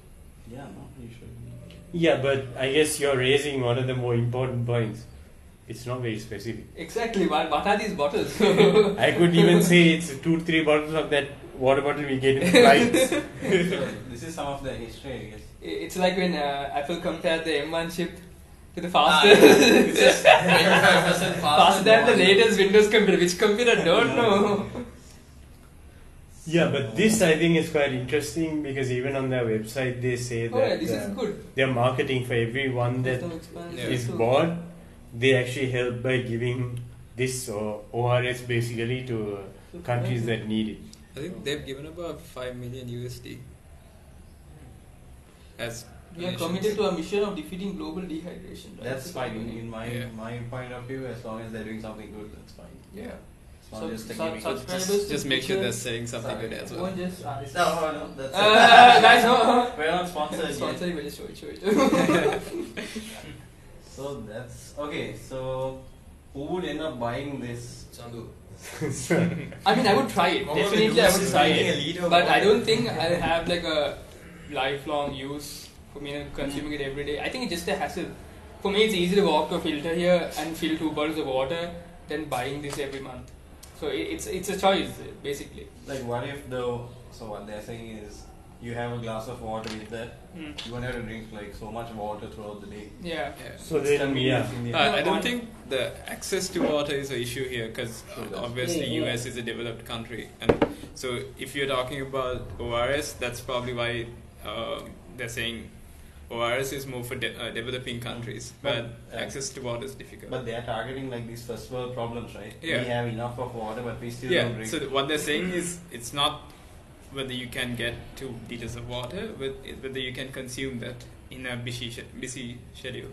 [SPEAKER 2] Yeah, no, you should.
[SPEAKER 1] yeah, but I guess you're raising one of the more important points. It's not very specific.
[SPEAKER 3] Exactly. What what are these bottles? so
[SPEAKER 1] I could even say it's two, three bottles of that water bottle we get in flights.
[SPEAKER 2] so this is some of the history, I guess.
[SPEAKER 3] it's like when uh, Apple compared the M1 chip to the
[SPEAKER 2] Ah,
[SPEAKER 3] fastest.
[SPEAKER 2] yeah. It's just 25%
[SPEAKER 3] Faster than the
[SPEAKER 2] than-
[SPEAKER 3] latest Windows computer, which computer I don't know.
[SPEAKER 1] yeah, but this I think is quite interesting because even on their website they say
[SPEAKER 3] Oh,
[SPEAKER 1] that
[SPEAKER 3] yeah, this is
[SPEAKER 1] uh,
[SPEAKER 3] good.
[SPEAKER 1] their marketing for everyone that
[SPEAKER 3] System expansion.
[SPEAKER 6] Yeah.
[SPEAKER 1] is
[SPEAKER 3] So-
[SPEAKER 1] bored, they actually help by giving this uh, ORS basically to uh, countries that need it.
[SPEAKER 6] I think they've given about 5 million USD. As
[SPEAKER 3] We are
[SPEAKER 6] donations.
[SPEAKER 3] committed to a mission of defeating global dehydration. Right?
[SPEAKER 2] That's fine in, in my
[SPEAKER 6] Yeah.
[SPEAKER 2] my point of view. As long as they're doing something good, that's fine.
[SPEAKER 3] Yeah.
[SPEAKER 2] It's not
[SPEAKER 3] So,
[SPEAKER 2] just a
[SPEAKER 3] sub-
[SPEAKER 2] gimmick. It's-
[SPEAKER 3] subscribers.
[SPEAKER 6] Just make sure they're saying something good as well.
[SPEAKER 3] Don't just. ah, this-
[SPEAKER 2] No, no, no, that's
[SPEAKER 3] Uh, guys, no, no.
[SPEAKER 2] We're not sponsored yet.
[SPEAKER 3] Sponsoring, but just show it, show it.
[SPEAKER 2] So that's okay. So who would end up buying this?
[SPEAKER 5] Chandu.
[SPEAKER 3] I mean, I would try it. Definitely, I would try
[SPEAKER 5] Being a
[SPEAKER 3] it.
[SPEAKER 5] leader,
[SPEAKER 3] But I
[SPEAKER 5] boy.
[SPEAKER 3] don't think I'll have like a lifelong use for me and consuming it every day. I think it's just a hassle. For me, it's easy to walk to a filter here and fill two bottles of water than buying this every month. So it, it's it's a choice basically.
[SPEAKER 2] Like, what if though? So what they're saying is, you have a glass of water with that.
[SPEAKER 3] Mm.
[SPEAKER 2] You won't have to drink like so much water throughout the day.
[SPEAKER 3] Yeah.
[SPEAKER 6] Yeah.
[SPEAKER 1] so
[SPEAKER 2] It's
[SPEAKER 1] then,
[SPEAKER 2] convenient
[SPEAKER 1] yeah.
[SPEAKER 2] in the
[SPEAKER 6] Uh, I
[SPEAKER 2] end.
[SPEAKER 6] don't think the access to water is an issue here because obviously
[SPEAKER 3] Yeah, yeah.
[SPEAKER 6] US is a developed country, and so if you're talking about ORS, that's probably why um they're saying ORS is more for de- uh, developing countries, but
[SPEAKER 2] But, uh,
[SPEAKER 6] access to water is difficult.
[SPEAKER 2] But they are targeting like these first world problems, right?
[SPEAKER 6] Yeah.
[SPEAKER 2] We have enough of water, but we still don't
[SPEAKER 6] yeah,
[SPEAKER 2] drink.
[SPEAKER 6] so Hmm. th- what they're saying is it's not whether you can get two liters of water, but it's whether you can consume that in a busy sch- busy schedule.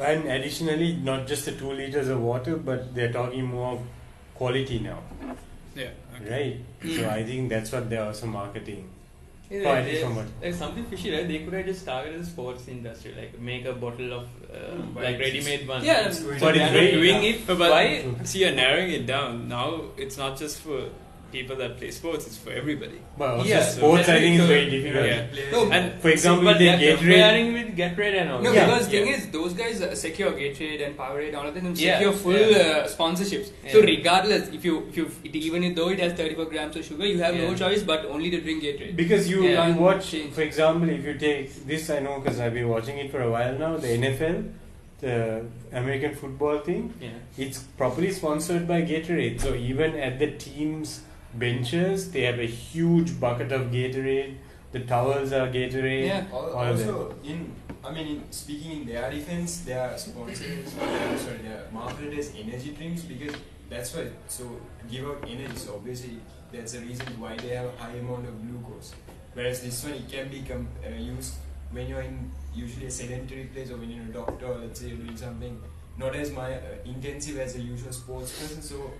[SPEAKER 1] And additionally, not just the two liters of water, but they're talking more of quality now,
[SPEAKER 6] Yeah. Okay.
[SPEAKER 1] right? So I think that's what they're also marketing.
[SPEAKER 4] Yeah,
[SPEAKER 1] Quite
[SPEAKER 4] there's-
[SPEAKER 1] somewhat.
[SPEAKER 4] there's something fishy, right? They could have just targeted the sports industry, like make a bottle of uh,
[SPEAKER 6] Hmm.
[SPEAKER 5] but
[SPEAKER 4] like
[SPEAKER 5] it's-
[SPEAKER 4] ready-made one.
[SPEAKER 3] Yeah,
[SPEAKER 4] So
[SPEAKER 1] but
[SPEAKER 4] they're
[SPEAKER 1] it's
[SPEAKER 4] not
[SPEAKER 1] very-
[SPEAKER 4] doing it.
[SPEAKER 6] But,
[SPEAKER 4] why?
[SPEAKER 6] but see, you're narrowing it down. Now it's not just for people that play sports; it's for everybody.
[SPEAKER 1] But also
[SPEAKER 4] Yeah, so
[SPEAKER 1] sports, I
[SPEAKER 4] that's
[SPEAKER 1] think, is
[SPEAKER 4] so-
[SPEAKER 1] very difficult.
[SPEAKER 6] Yeah.
[SPEAKER 3] No,
[SPEAKER 6] And
[SPEAKER 1] For example,
[SPEAKER 4] but
[SPEAKER 1] they
[SPEAKER 4] they're
[SPEAKER 1] get rid.
[SPEAKER 4] comparing with get rid and all.
[SPEAKER 3] No,
[SPEAKER 1] Yeah.
[SPEAKER 3] because thing
[SPEAKER 6] Yeah.
[SPEAKER 3] is, those guys uh, secure Gatorade and Powerade and all of them
[SPEAKER 4] Yeah.
[SPEAKER 3] secure full
[SPEAKER 4] Yeah.
[SPEAKER 3] uh, sponsorships. So
[SPEAKER 4] Yeah.
[SPEAKER 3] regardless, if you if you it, even though it has 34 grams of sugar, you have no
[SPEAKER 4] Yeah.
[SPEAKER 3] choice but only to drink Gatorade.
[SPEAKER 1] Because you,
[SPEAKER 3] Yeah.
[SPEAKER 1] you watch,
[SPEAKER 3] Change.
[SPEAKER 1] for example, if you take this, I know because I've been watching it for a while now, the NFL, the American football thing,
[SPEAKER 4] Yeah.
[SPEAKER 1] it's properly sponsored by Gatorade. So even at the team's benches. They have a huge bucket of Gatorade. The towels are Gatorade.
[SPEAKER 3] Yeah.
[SPEAKER 5] Al-
[SPEAKER 1] All of them.
[SPEAKER 5] also, in I mean, in, speaking in their defense, their sponsors, sorry, their marketed as energy drinks because that's why so give out energy. So obviously, that's the reason why they have a high amount of glucose. Whereas this one, it can be com- uh, used when you're in usually a sedentary place or when you're a doctor, or let's say you're doing something not as my uh, intensive as a usual sports person. So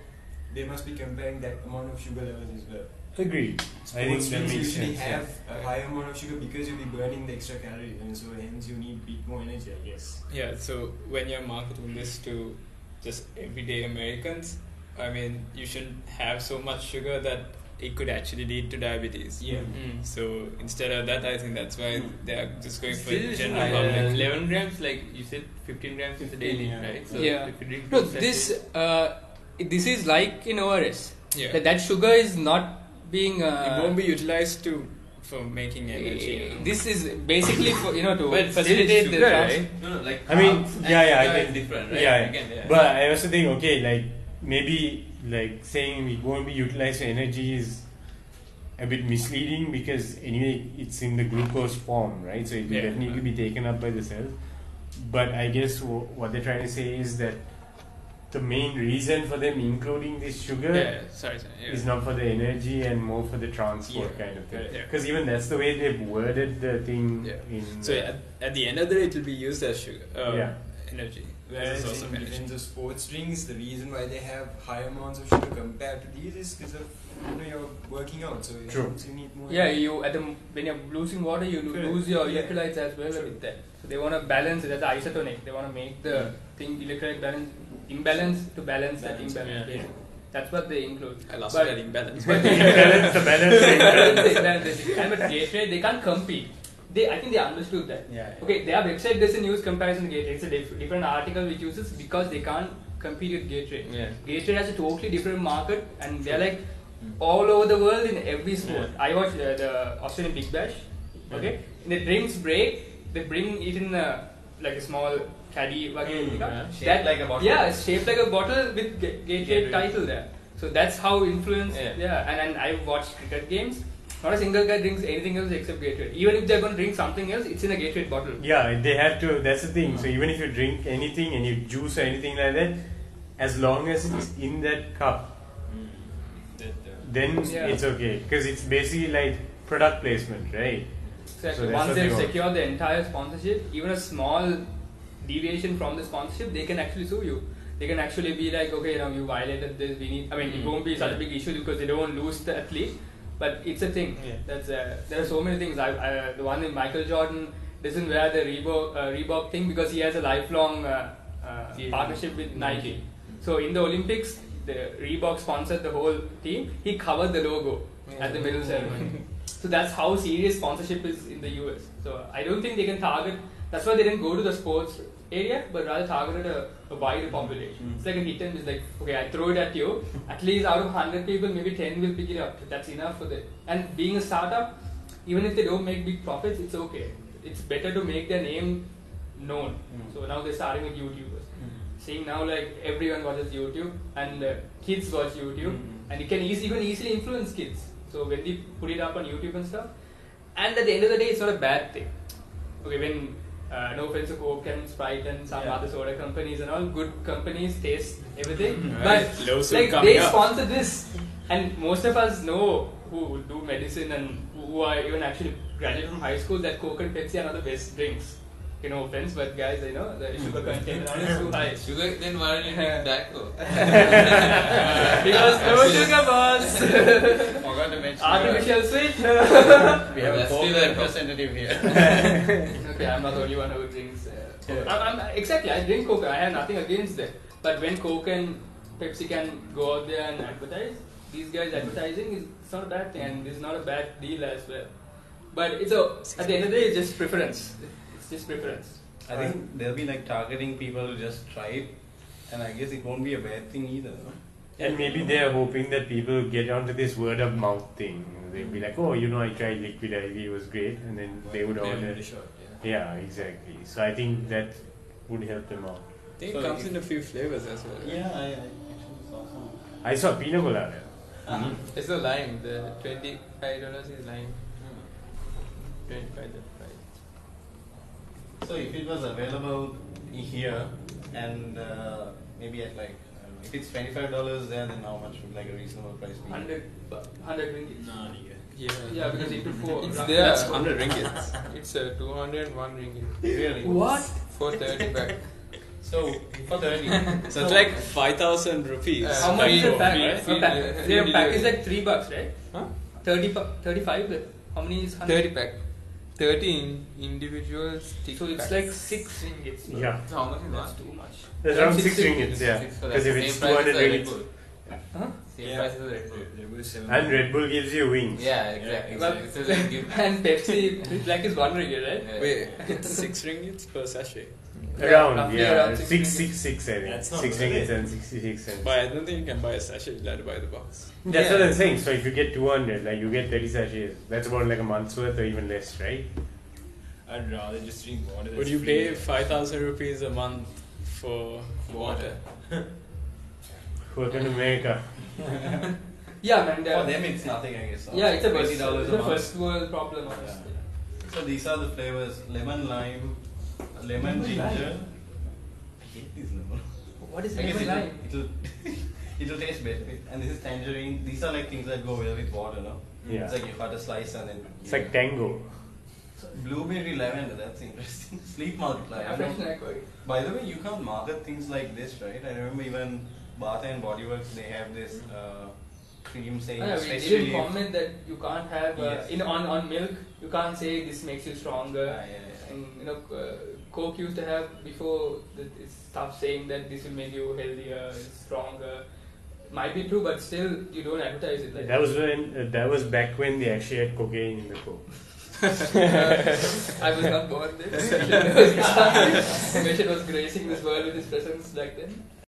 [SPEAKER 5] they must be comparing that amount of sugar levels as well.
[SPEAKER 1] Agreed. I think
[SPEAKER 5] Sports
[SPEAKER 1] that
[SPEAKER 5] drinks
[SPEAKER 1] makes
[SPEAKER 5] usually
[SPEAKER 1] sense. yeah.
[SPEAKER 5] have a high amount of sugar because you'll be burning the extra calories, and so hence you need bit more energy, I guess.
[SPEAKER 6] Yeah, so when you're marketing this to just everyday Americans, I mean, you shouldn't have so much sugar that it could actually lead to diabetes.
[SPEAKER 5] Yeah.
[SPEAKER 4] Mm.
[SPEAKER 6] So instead of that, I think that's why they are just going for
[SPEAKER 4] Still,
[SPEAKER 6] general
[SPEAKER 4] uh,
[SPEAKER 6] public.
[SPEAKER 4] 11 grams, like you said, 15 grams is a daily,
[SPEAKER 2] Yeah.
[SPEAKER 4] right? So
[SPEAKER 3] Yeah.
[SPEAKER 4] if you drink
[SPEAKER 3] No,
[SPEAKER 4] two sachets-
[SPEAKER 3] this uh, this is like in ORS.
[SPEAKER 6] Yeah.
[SPEAKER 3] That, that sugar is not being. Uh,
[SPEAKER 6] it won't be utilized to for making energy.
[SPEAKER 3] eh,
[SPEAKER 6] you know.
[SPEAKER 3] This is basically for you know to
[SPEAKER 4] But still
[SPEAKER 3] facilitate
[SPEAKER 4] it's
[SPEAKER 3] the
[SPEAKER 4] sugar,
[SPEAKER 3] trans-
[SPEAKER 4] right?
[SPEAKER 2] No, no, like
[SPEAKER 1] I mean,
[SPEAKER 4] Carbs and
[SPEAKER 1] yeah, yeah,
[SPEAKER 4] sugar
[SPEAKER 1] I
[SPEAKER 4] is
[SPEAKER 1] think
[SPEAKER 4] different, right?
[SPEAKER 1] Yeah, yeah.
[SPEAKER 4] Again, yeah.
[SPEAKER 1] but I also think okay, like maybe like saying it won't be utilized for energy is a bit misleading because anyway it's in the glucose form, right? So it will
[SPEAKER 6] Yeah.
[SPEAKER 1] definitely be taken up by the cells. But I guess w- what they're trying to say is that the main reason for them including this sugar
[SPEAKER 6] yeah, sorry, sorry. Yeah.
[SPEAKER 1] is not for the energy and more for the transport kind of thing.
[SPEAKER 6] Yeah.
[SPEAKER 1] Because even that's the way they've worded the thing
[SPEAKER 6] Yeah.
[SPEAKER 1] in.
[SPEAKER 6] So
[SPEAKER 1] the-
[SPEAKER 6] at, at the end of the day, it will be used as sugar, uh,
[SPEAKER 1] Yeah.
[SPEAKER 6] energy. As a
[SPEAKER 5] Whereas
[SPEAKER 6] source of
[SPEAKER 5] in,
[SPEAKER 6] energy.
[SPEAKER 5] in the sports drinks, the reason why they have high amounts of sugar compared to these is because of you know you're working out, so
[SPEAKER 1] True.
[SPEAKER 5] hence you need more.
[SPEAKER 3] Yeah, you at the m- when you're losing water, you lo-
[SPEAKER 5] Correct.
[SPEAKER 3] lose your
[SPEAKER 5] Yeah.
[SPEAKER 3] electrolytes as well
[SPEAKER 5] True.
[SPEAKER 3] with that. So they want to balance it as isotonic. They want to make
[SPEAKER 1] Mm.
[SPEAKER 3] the thing electrolyte balance imbalance to balance that
[SPEAKER 5] Balance,
[SPEAKER 3] imbalance.
[SPEAKER 4] yeah.
[SPEAKER 3] yeah. That's what they include.
[SPEAKER 6] I lost
[SPEAKER 3] But-
[SPEAKER 6] that imbalance.
[SPEAKER 3] But
[SPEAKER 1] balance the balance.
[SPEAKER 3] Balance it, balance it. And but Gatorade, they can't compete. They, I think they understood that.
[SPEAKER 1] yeah.
[SPEAKER 3] Okay, their website doesn't use comparison Gatorade. It's a diff- different article which uses because they can't compete with Gatorade.
[SPEAKER 4] Yeah.
[SPEAKER 3] Gatorade has a totally different market, and they're like all over the world in every sport. I watch uh, the Australian Big Bash. Okay, in the drinks break, they bring it in a like a small caddy. Mm,
[SPEAKER 4] yeah.
[SPEAKER 2] Shaped like a bottle.
[SPEAKER 3] Yeah, it's shaped like a bottle with Ga- Gatorade
[SPEAKER 4] Gatorade.
[SPEAKER 3] title there. So that's how influence.
[SPEAKER 4] Yeah.
[SPEAKER 3] Yeah, and, and I watch cricket games. Not a single guy drinks anything else except Gatorade. Even if they're going to drink something else, it's in a Gatorade bottle.
[SPEAKER 1] Yeah, they have to. That's the thing. So even if you drink anything and you juice or anything like that, as long as it's in that cup,
[SPEAKER 5] Mm. That, uh,
[SPEAKER 1] then
[SPEAKER 3] Yeah.
[SPEAKER 1] it's okay. Because it's basically like product placement, right?
[SPEAKER 3] Exactly.
[SPEAKER 1] So that's
[SPEAKER 3] Once
[SPEAKER 1] what they
[SPEAKER 3] they've
[SPEAKER 1] want.
[SPEAKER 3] secured the entire sponsorship, even a small deviation from the sponsorship, they can actually sue you. They can actually be like, okay, now you violated this. We need. I mean,
[SPEAKER 1] Hmm.
[SPEAKER 3] it
[SPEAKER 4] Mm.
[SPEAKER 3] won't be such a
[SPEAKER 4] Yeah.
[SPEAKER 3] big issue because they don't want to lose the athlete. But it's a thing.
[SPEAKER 1] Yeah.
[SPEAKER 3] That's uh, there are so many things. I, I the one in Michael Jordan doesn't wear the Reebok uh, Reebok thing because he has a lifelong uh, uh,
[SPEAKER 4] Yeah.
[SPEAKER 3] partnership with Nike. So in the Olympics, the Reebok sponsored the whole team. He covered the logo at the middle ceremony. So that's how serious sponsorship is in the US. So I don't think they can target. That's why they didn't go to the sports area, but rather targeted a, a wider population. It's like a hit and miss. Like okay, I throw it at you. At least out of hundred people, maybe ten will pick it up. That's enough for them. And being a startup, even if they don't make big profits, it's okay. It's better to make their name known.
[SPEAKER 1] Mm.
[SPEAKER 3] So now they're starting with YouTubers. Seeing now like everyone watches YouTube and uh, kids watch YouTube and it can easily, even easily influence kids. So when they put it up on YouTube and stuff, and at the end of the day, it's not a bad thing. Okay, when uh, no offense to Coke and Sprite and some
[SPEAKER 2] Yeah.
[SPEAKER 3] other soda companies and all good companies taste everything,
[SPEAKER 6] Right.
[SPEAKER 3] but
[SPEAKER 6] Low soon
[SPEAKER 3] like
[SPEAKER 6] coming
[SPEAKER 3] they
[SPEAKER 6] up.
[SPEAKER 3] sponsor this, and most of us know who do medicine and who are even actually graduate from high school that Coke and Pepsi are not the best drinks. You know, offense, but guys, you know the sugar
[SPEAKER 2] Mm.
[SPEAKER 3] content and all is too high.
[SPEAKER 4] Sugar, then why don't you drink tobacco?
[SPEAKER 3] because no sugar boss.
[SPEAKER 2] Forgot to mention.
[SPEAKER 3] Artificial sweet.
[SPEAKER 2] We have a
[SPEAKER 4] That's
[SPEAKER 2] Coke
[SPEAKER 4] still a-
[SPEAKER 2] representative here.
[SPEAKER 3] okay, I'm not the only one who drinks. Uh, Coke. I'm, I'm, exactly, I drink Coke. I have nothing against that. But when Coke and Pepsi can go out there and advertise, these guys advertising is it's not a bad thing, and it's not a bad deal as well. But it's a at the end of the day, it's just preference. It's just preference.
[SPEAKER 2] I think they'll be like targeting people who just try it, and I guess it won't be a bad thing either. no?
[SPEAKER 1] And maybe they are hoping that people get onto this word of mouth thing. They'll be like, oh, you know, I tried Liquid IV, it was great, and then they would order.
[SPEAKER 5] Sure, yeah.
[SPEAKER 1] Yeah, exactly. So I think that would help them out.
[SPEAKER 6] I think it
[SPEAKER 2] So
[SPEAKER 6] comes
[SPEAKER 2] if-
[SPEAKER 6] in a few flavors as well. right?
[SPEAKER 2] Yeah, I, I actually saw some.
[SPEAKER 1] I saw pina colada.
[SPEAKER 4] It's a lime. The twenty-five dollars is lime. Twenty-five the price.
[SPEAKER 2] So if it was available i- here and uh, maybe at like I don't know, if it's twenty five dollars there, then how much would like a reasonable price be?
[SPEAKER 3] 100, bu- 100 ringgit.
[SPEAKER 5] No, nigga.
[SPEAKER 4] Yeah.
[SPEAKER 3] Yeah, because it will fall.
[SPEAKER 4] It's
[SPEAKER 3] Ra-
[SPEAKER 4] there.
[SPEAKER 6] That's 100 ringgit.
[SPEAKER 4] It's a two hundred and one ringgit.
[SPEAKER 2] Really?
[SPEAKER 3] What?
[SPEAKER 4] Four thirty back.
[SPEAKER 2] So for thirty.
[SPEAKER 6] So it's like 5,000 rupees.
[SPEAKER 4] Uh,
[SPEAKER 3] How much is
[SPEAKER 4] free-
[SPEAKER 3] a pack?
[SPEAKER 4] free-
[SPEAKER 3] right?
[SPEAKER 4] free-
[SPEAKER 3] a pack.
[SPEAKER 4] free
[SPEAKER 3] their pack
[SPEAKER 4] delivery.
[SPEAKER 3] is like 3 bucks, right?
[SPEAKER 4] Huh?
[SPEAKER 3] 30, bu- 35? but How many is 100?
[SPEAKER 4] Thirty pack. Thirty in- individual stick
[SPEAKER 3] So it's
[SPEAKER 4] packs.
[SPEAKER 3] like 6 ringgits. bro.
[SPEAKER 1] Yeah,
[SPEAKER 6] So how much is
[SPEAKER 3] That's
[SPEAKER 6] that?
[SPEAKER 3] too much.
[SPEAKER 1] that's around six ringgits. Yeah, because if it's two hundred ringgits,
[SPEAKER 3] Huh?
[SPEAKER 5] Same Yeah. price There was seven.
[SPEAKER 1] and Red Bull gives you wings.
[SPEAKER 7] Yeah,
[SPEAKER 5] exactly.
[SPEAKER 7] exactly.
[SPEAKER 5] Well-
[SPEAKER 7] It's a like give.
[SPEAKER 3] And Pepsi Black is 1 ringgit, right?
[SPEAKER 6] Wait, it's 6 ringgits per sachet.
[SPEAKER 1] Around
[SPEAKER 3] roughly
[SPEAKER 1] yeah,
[SPEAKER 3] around six
[SPEAKER 1] six
[SPEAKER 3] ringgits.
[SPEAKER 1] six six I think.
[SPEAKER 5] That's not
[SPEAKER 1] six
[SPEAKER 5] bad.
[SPEAKER 1] ringgits and sixty six cents.
[SPEAKER 6] But I don't think you can buy a sachet, you have to buy the box.
[SPEAKER 1] That's
[SPEAKER 4] Yeah.
[SPEAKER 1] what I'm saying. So if you get two hundred, like you get thirty sachets. That's about like a month's worth or even less, right?
[SPEAKER 5] I'd rather just drink water.
[SPEAKER 6] Would
[SPEAKER 5] that's
[SPEAKER 6] you
[SPEAKER 5] free.
[SPEAKER 6] pay 5,000 rupees a month for water?
[SPEAKER 1] Welcome to America.
[SPEAKER 3] Yeah, man.
[SPEAKER 2] for
[SPEAKER 3] they're-
[SPEAKER 2] them it's nothing, I guess.
[SPEAKER 3] Yeah, it's a
[SPEAKER 2] twenty
[SPEAKER 3] first,
[SPEAKER 2] dollars
[SPEAKER 3] it's
[SPEAKER 2] a
[SPEAKER 3] a
[SPEAKER 2] month.
[SPEAKER 3] first world problem, honestly.
[SPEAKER 2] So these are the flavors: lemon lime, lemon
[SPEAKER 3] Lemon
[SPEAKER 2] ginger.
[SPEAKER 3] lime.
[SPEAKER 2] I hate these lemon.
[SPEAKER 3] What is
[SPEAKER 2] I guess
[SPEAKER 3] lemon lime?
[SPEAKER 2] it'll it'll, it'll taste better. with- And this is tangerine. These are like things that go well with water, no?
[SPEAKER 1] Yeah.
[SPEAKER 2] It's like you cut a slice and then.
[SPEAKER 1] It's like tango.
[SPEAKER 2] Blueberry lavender. That's interesting. Sleep multiplier.
[SPEAKER 3] I'm not like what-
[SPEAKER 2] By the way, you can't market things like this, right? I remember even Bath and Body Works. They have this uh, cream saying
[SPEAKER 3] Oh, Yeah, we
[SPEAKER 2] especially.
[SPEAKER 3] didn't comment that you can't have uh,
[SPEAKER 2] Yes.
[SPEAKER 3] in on on milk. You can't say this makes you stronger.
[SPEAKER 2] Ah, yeah, yeah.
[SPEAKER 3] And you know, uh, Coke used to have before the, it stopped saying that this will make you healthier, stronger. Might be true, but still you don't advertise it like
[SPEAKER 1] That was when. Uh, that was back when they actually had cocaine in the coke.
[SPEAKER 3] Uh, I was not born then. Mission was gracing this world with his presence back then.